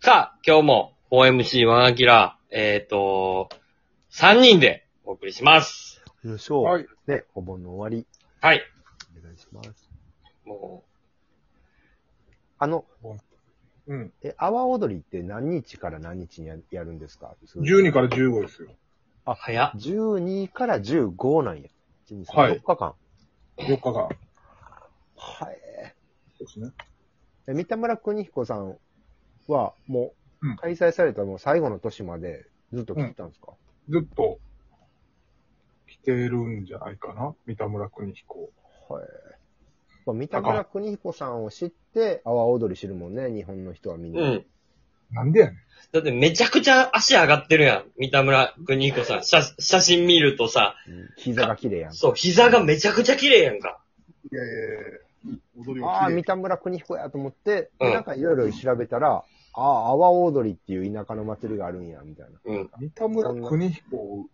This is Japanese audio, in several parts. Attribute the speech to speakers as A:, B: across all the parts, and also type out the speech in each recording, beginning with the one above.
A: さあ、今日も 4MC ワンアキラ、えっ、と、3人でお送りします。
B: よいしょ。
C: はい
B: ね、お盆の終わり、
A: はい。
B: お願いします。
A: も
B: あの、
C: うん。
B: え、阿波踊りって何日から何日にややるんですか
C: 12から15ですよ。
A: う、早っ。
B: 12から15なんや。1 2 3
C: はい
B: 4日間。
C: 4日間。
B: はい。
C: そうですね。
B: え三田村邦彦さんは、も
C: う
B: う、
C: ん
B: 開催されたもう最後の年までずっと聞いたんですか、
C: ずっと、来てるんじゃないかな三田村邦彦。
B: はい。まあ、三田村邦彦さんを知って、阿波踊り知るもんね、日本の人はみんな。
A: うん。
C: なんでやねん。
A: だってめちゃくちゃ足上がってるやん。三田村邦彦さん。写写真見るとさ、
B: 膝が綺麗やん。
A: そう、膝がめちゃくちゃ綺麗やんか。
C: いやいやいや踊り
B: あ
C: は
B: あ、
C: 綺
B: 三
C: 麗。
B: 田村邦彦やと思って、
A: うん
B: なんかいろいろ調べたら、ああ、阿波踊りっていう田舎の祭りがあるんや、みたいな。
A: うん。
C: 三田村邦彦を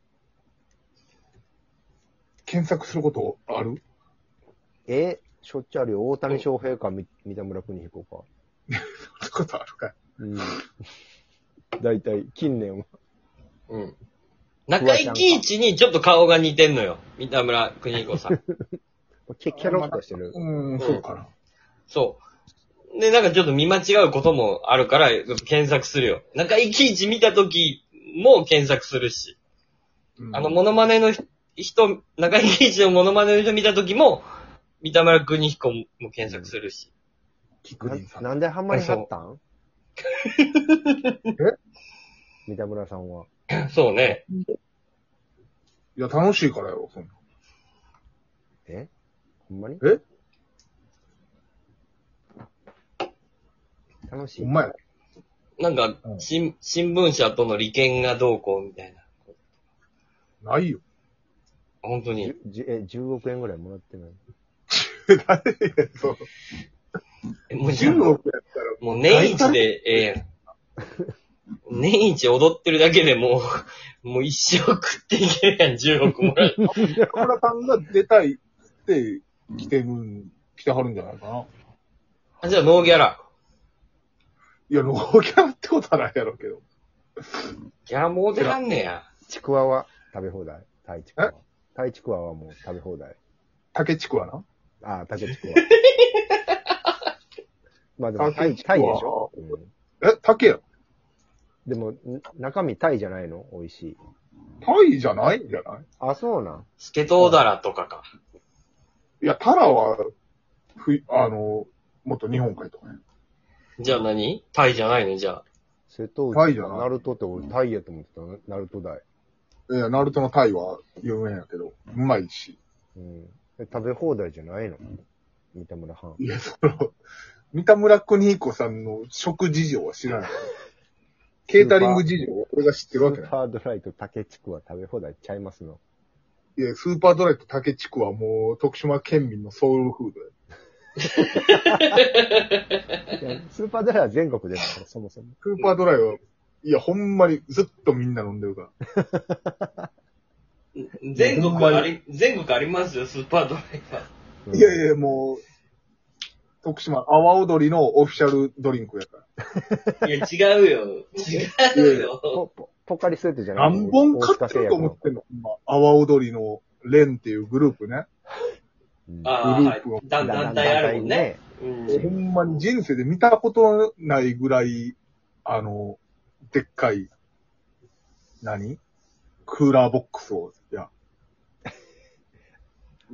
C: 検索することある
B: えしょっちゅうあるよ。大谷翔平か、み三田村邦彦か。
C: そんなことあるかい
B: うん。 大体、近年は。
A: うん。中井貴一にちょっと顔が似てんのよ。三田村邦彦さん。
B: キャキャロッとしてる。
C: うーん、そうかな。
A: そう。で、なんかちょっと見間違うこともあるから、検索するよ。中井貴一見た時も検索するし。
C: うん
A: あの、モノマネのひ人、中井貴一のモノマネの人見た時も、三田村邦彦も検索するし。
C: キク
B: な
C: リンさん。
B: なんでハマりはったんえ 三田村さんは。
A: そうね。
C: いや、楽しいからよ、そんな。
B: えほんまに
C: え
B: 楽しい。
C: ほんまや。
A: なんか、
C: うん
A: 新新聞社との利権がどうこうみたいな。
C: ないよ。
A: 本当に。
B: じゅじゅえ、10億円ぐらいもらってない。
C: 誰や、そう。
A: えもうじゅ
C: 10億やっ
A: もう年一でええ やん。年一踊ってるだけでもう、もう一生食っていけるやん、10億もらう。
C: たら、田村さんが出たいって来てるん、来てはるんじゃないかな。
A: あ、じゃあノーギャラ。
C: いや、ノーキャンってことはないやろうけど。
A: ギャラもう出らんねや。
B: ちくわは食べ放題。タイちくわ。タイちくわはもう食べ放題。
C: 竹地区はな。
B: ああ、タケちく わ。まあでもタ
C: 竹
B: イ、
C: 地区
B: タイでし
C: は
B: ょ、うん
C: え、竹や。
B: でも、ん中身タイじゃないの美味しい。
C: タイじゃないんじゃない
B: あ、そうなん。
A: スケトウダラとかか。
C: いや、タラは、ふい、あの、もっと日本海とかね。
A: じゃあ何タイじゃないのじゃあ。
B: 瀬戸
C: タイ
B: 内
C: じゃ
B: と
C: な
B: か
C: い
B: ナルトって俺タイやと思ってたな。ナルト大。
C: いや、ナルトのタイは有名やけど、うまいし。
B: うん。え食べ放題じゃないの三田村藩。
C: いや、その、三田村邦彦さんの食事情は 知らない。ケータリング事情を俺が知って
B: ス
C: るわけな
B: ー
C: い。
B: パードライと竹ちくわ食べ放題ちゃいますの。
C: いや、スーパードライと竹地区はもう、徳島県民のソウルフードや。
B: いやスーパードライは全国ですから、そもそも。
C: スーパードライは、いや、ほんまにずっとみんな飲んでるから。
A: 全国あり、全国ありますよ、スーパードライバー。
B: うん
C: いやいや、もう、徳島、阿波踊りのオフィシャルドリンクやか
A: いや、違うよ。違うよ。
B: ポポポカリスエットじゃな
C: ら。
B: い
C: 何本買ってると思
B: の
C: ってんの今、阿波踊りのレンっていうグループね。
B: うん
A: ああ、はい。団団体あるもんね。。うん
C: ほんまに人生で見たことないぐらい、あの、でっかい、何クーラーボックスを、いや。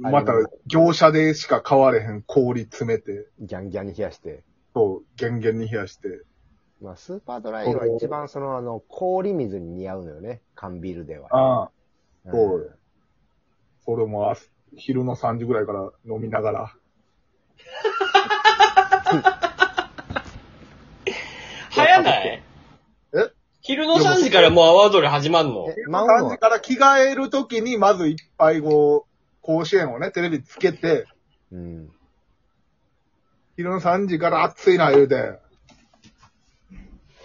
B: あ
C: また
B: でも、
C: 業者でしか買われへん氷詰めて、
B: ギャンギャンに冷やして。
C: そう、厳厳に冷やして。
B: まあ、スーパードライは一番その、あの、氷水に似合うのよね。缶ビールでは。
C: ああ、
B: うん
C: そうよ。それも朝昼の3時ぐらいから飲みながら。
A: 早ない
C: え
A: 昼の3時からもう阿波踊り始まんの
B: え、マウン
C: 3時
B: は、
C: から着替えるときに、まず一杯こう、甲子園をね、テレビつけて、
B: うん。
C: 昼の3時から暑いな言うて、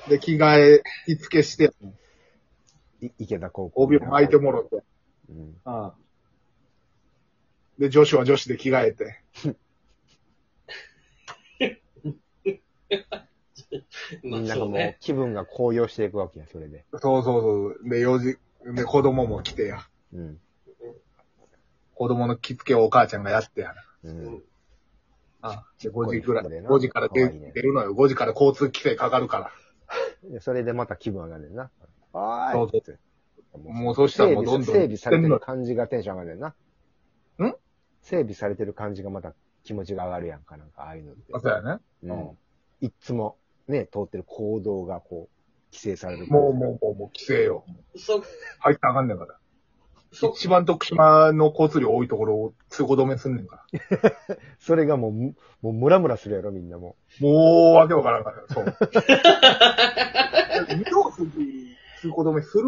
C: で、着替え、着付けして、
B: い池田高校。
C: 帯を巻いてもろて。
B: うん。
C: で、女子は女子で着替えて。
A: ま
B: みん
A: あ、
B: なが
A: そう
B: も
A: ね
B: う。気分が高揚していくわけや、それで。
C: そうそうそう。で、用事、で、子供も来てや。
B: うん。
C: 子供の着付けをお母ちゃんがやってや
B: う
C: な。
B: ん。
C: あ、で、5時くらい、
B: これな
C: 5時から出
B: かわいいね
C: 出るのよ。5時から交通規制かかるから。
B: でそれでまた気分上がるねんな。は
C: そう
B: ー
C: そ
B: いうって。
C: もうそうしたらもうどんどん
B: 整備整備されてる感じがテンション上がるねんな。
C: ん
B: 整備されてる感じがまた気持ちが上がるやんか、なんか、ああいうのって
C: あ。そうやね。
B: う
C: うん
B: ん。いっつも、ね、通ってる行動がこう、規制される。
C: もうもうもうもう規制よ。
A: そ、
C: 入ったらあかんねんから。
A: そ、
C: 一番徳島の交通量多いところを通行止めすんねんから。
B: それがもうむ、もうムラムラするやろ、みんなも
C: もう、わけわからんから。 そう。二条筋通行止めする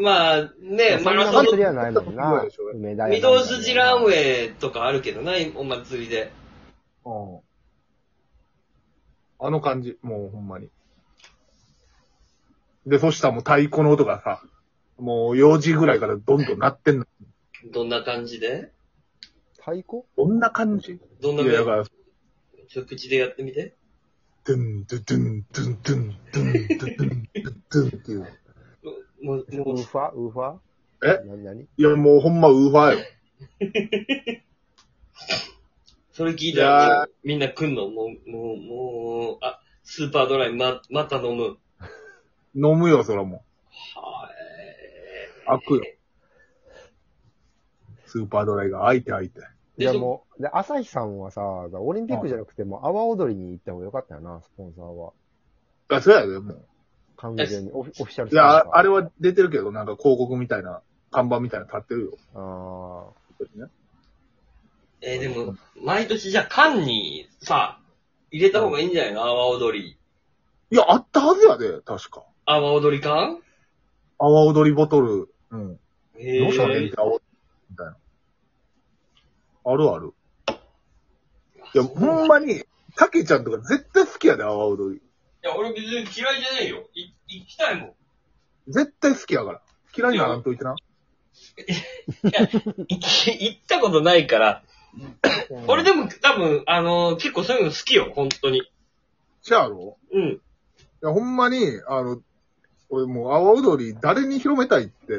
A: まあ
B: う。
A: ね、
B: そ
A: マ
B: んな
A: ラソン
B: 祭りはないもん
C: そう
B: な
C: でしょ。
B: 梅田
A: の、
B: やなん
A: 御
B: かね
A: 堂筋ランウェイとかあるけどな、お祭りで。
C: うん。あの感じ、もうほんまに。で、そしたらもう太鼓の音がさ、もう4時ぐらいからどんどん鳴ってんの。
A: どんな感じで
B: 太鼓
C: どんな感じい
A: どんな
C: や、だか
A: 感
C: ら、
A: じちょ、口でやってみて。
C: ドゥン、ドゥドゥン、ドゥン、ドゥン、ドゥン、ドゥドゥン、ドゥドゥンっていう。
A: もう、
B: ウ
A: もう
B: ー、ファウーファ
C: え
B: 何何
C: いや、もうほんまウーファーよ。
A: それ聞いたら
C: いや
A: もうみんな来んのもう、もう、もう、あ、スーパードライ、ま、また飲む。
C: 飲むよ、そらも
A: は
C: う。開くよ。スーパードライが開いて開いて。
A: い。
B: い
A: で
B: や
A: そ
B: もう、で、朝日さんはさ、オリンピックじゃなくても、阿波踊りに行った方がよかったよな、スポンサーは。
C: あ、そうやで、もう。
B: 完全にオフィオフィシャル
C: いや、ああれ
B: は。
C: は出てるけど、なんか広告みたいな、看板みたいなの立ってるよ。
B: あ
A: えーでも、毎年じゃあ缶にさ、入れた方がいいんじゃないの阿波踊り。
C: いや、あったはずやで、確か。
A: 阿波踊り缶
C: 阿波踊りボトル。うん。
A: え
C: どうしたらいいん
A: ー
C: だ、阿波踊りみたいな。あるある。いや、ほんまに、たけちゃんとか絶対好きやで、阿波踊
A: い
C: り。
A: や、俺別に嫌いじゃないよ。い、行きたいもん。
C: 絶対好きやから。嫌いにならんといてな。
A: 行き行ったことないから。俺
C: で、
A: でも多分、あのー結構そういうの好きよ、本当に。
C: じゃあろ
A: うん。
C: いや、ほんまに、あの、俺もう、阿波踊り、誰に広めたいって、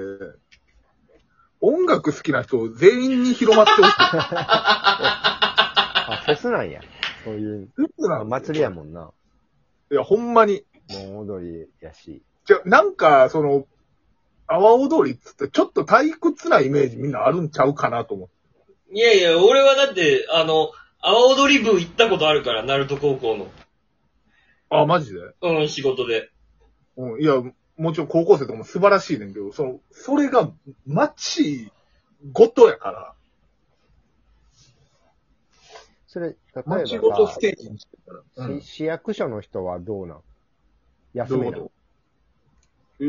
C: 音楽好きな人全員に広まってほ しい。
B: あ。あ、フェスなんや。そういう、
C: 嘘な
B: あ
C: の
B: 祭りやもんな。
C: いや、ほんまに。
B: 盆踊りやし。
C: じゃ、なんか、その、阿波踊りっつって、ちょっと退屈なイメージみんなあるんちゃうかなと思って。
A: いやいや、俺はだって、あの、阿波踊り部行ったことあるから、鳴門高校の。
C: あ、マジで
A: うん、仕事で。
C: うん。いや、もちろん高校生とかも素晴らしいねんけど、その、それが、街ごとやから、
B: それ、例えば
C: 街ごと
B: さ
C: ス、テージにしてるから。うん
B: し市役所の人はどうなん休
C: どうい
B: め
C: う
B: な
C: ことえ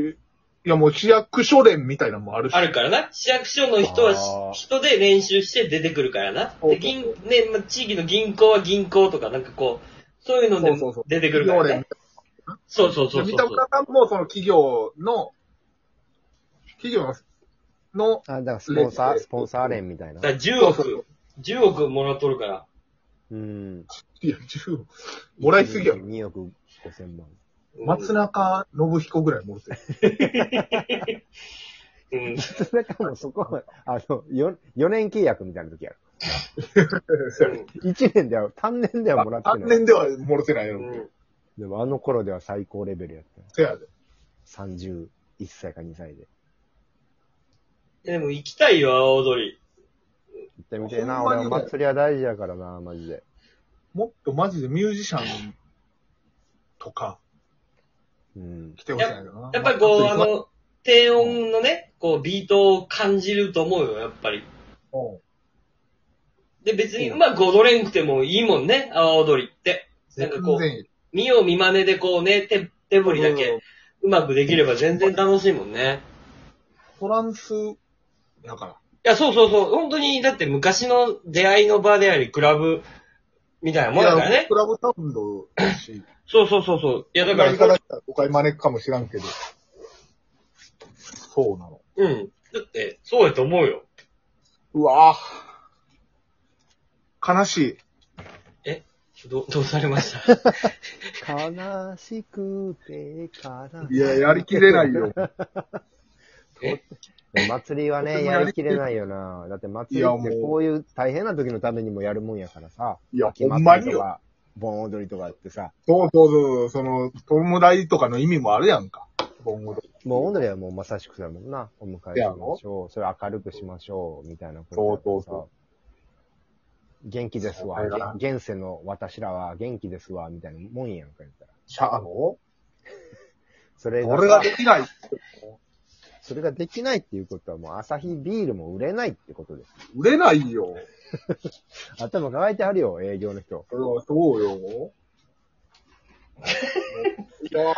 C: いや、もう市役所連みたいなのもあるし。
A: あるからな。市役所の人はし
B: あー
A: 人で練習して出てくるからな。
C: そうそう
A: で、銀、ね、ま、地域の銀行は銀行とか、なんかこう、そういうので
C: そうそうそう
A: 出てくる
C: 企
A: から
C: 業連
A: ね。そうそうそう
C: 三
A: そ
C: 田
A: うそう。
C: 岡さんもその企業の、企業の、の、
B: あ、だからスポンサ
C: レ
B: ー、スポンサー連みたい
A: だ
B: な
A: か。ら10
C: そうそう
A: 億、10億もらっとるから。
B: うん。
C: いや、自分もらいすぎやろ。
B: 2億5千万。
A: うん
C: 松中信彦ぐらいもろてる。
A: うん。
B: それかもうそこは、あの、4, 四年契約みたいな時やろ。1年 では、単年ではもらってない。
C: 3年ではもろてないよ。
A: うん
B: でもあの頃では最高レベルやったよ。
C: せやで。
B: 31歳か2歳で。
A: でも行きたいよ、阿波踊り。
B: 行ってみてえな、
C: ほんま
B: 俺は
C: に
B: 祭りは大事やからな、マジで。
C: もっとマジでミュージシャンとか
B: うん。
C: 来てほしいんだよな。
A: やっぱりこう、
C: ま
A: あの、低音のね、こう、ビートを感じると思うよ、やっぱり。
C: うん
A: で、別にうまく踊れんくてもいいもんね、阿波踊りって。なんかこ
C: 全
A: う、
C: 然いい
A: 見よう見真似でこうね、手、手振りだけうまくできれば全然楽しいもんね。
C: トランス、だから。
A: いや、そうそうそう、本当に、だって昔の出会いの場であり、クラブみたいなもんだから
C: いや
A: ね。
C: クラブサウンドだし、
A: そうそうそうそう。いや、だか
C: 言い方
A: ら、
C: したら誤解招くかもしらんけど。そうなの。
A: うん。だって、そうやと思うよ。
C: うわぁ。悲しい。
A: えちょどう、 どうされました
B: 悲しくてから。
C: いや、やりきれないよ。
A: え
B: でも祭りは
C: とて
B: ね、
C: も
B: や
C: や
B: り
C: り
B: き
C: き
B: れ
C: れ
B: ないよな。だって祭り
C: いや
B: って
C: もう
B: こういう大変な時のためにもやるもんやからさ。
C: いや、
B: 秋
C: ほんま
B: 祭り
C: に
B: と
C: よ。
B: か、盆踊りとかってさ。
C: そうそうそう、その、友達とかの意味もあるやんか。盆踊り。
B: 盆踊りはもうまさしくだもんな。お迎え
C: せや
B: しま
C: ろ
B: しょう。それ明るくしましょう。みたいなこと
C: そう
B: さ
C: そうそ
B: 元気ですわ
C: そうだな。
B: 現世の私らは元気ですわ。みたいなもんやんか言ったら。
C: シャアの
B: それ
C: 俺
B: が
C: が、できない。
B: それができないっていうことはもう朝日ビールも売れないってことです。
C: 売れないよ。
B: 頭抱えてあるよ、営業の人。
C: それはそうよ。いや、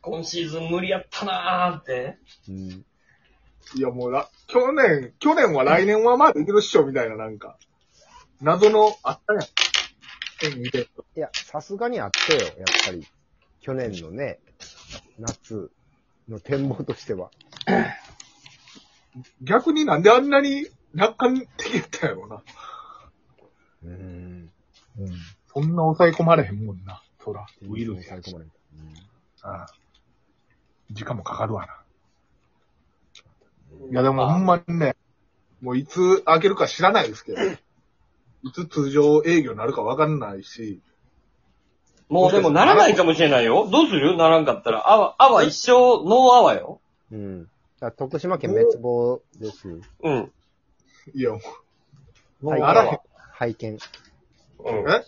A: 今シーズン無理やったなーって。
B: うん。
C: いやもうら、去年、去年は来年はまあできるっしょ、みたいななんか。謎の、あったやん。2002年
B: いや、さすがにあったよ、やっぱり。去年のね、夏の展望としては。
C: 逆になんであんなに楽観的やったんやろうな。
B: うん。
C: うん。そんな抑え込まれへんもんな。そら、ウイルス
B: 抑
C: や
B: え
C: し
B: 込。まれた。うん
C: ああ時間もかかるわな。いやでもほんまにね、もういつ開けるか知らないですけど、いつ通常営業になるかわかんないし、
A: もうでもならないかもしれないよ。どうするならんかったら。あわ、あわ一生、ノーあわよ。
B: うん。だから徳島県滅亡です。
A: うん。
C: いやも
A: ノ
B: はい
A: ー
C: な
A: ア
C: らへん
A: ワ。
B: 拝見。
A: うん
C: う、。え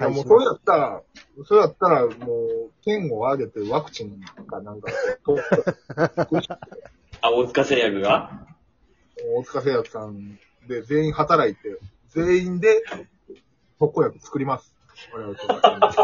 C: いやもうそれやったら、それやったらもう、県を挙げてワクチンかなんか、
A: あ、大塚製薬が
C: 大塚製薬さんで全員働いて、全員で特効薬作ります。我々と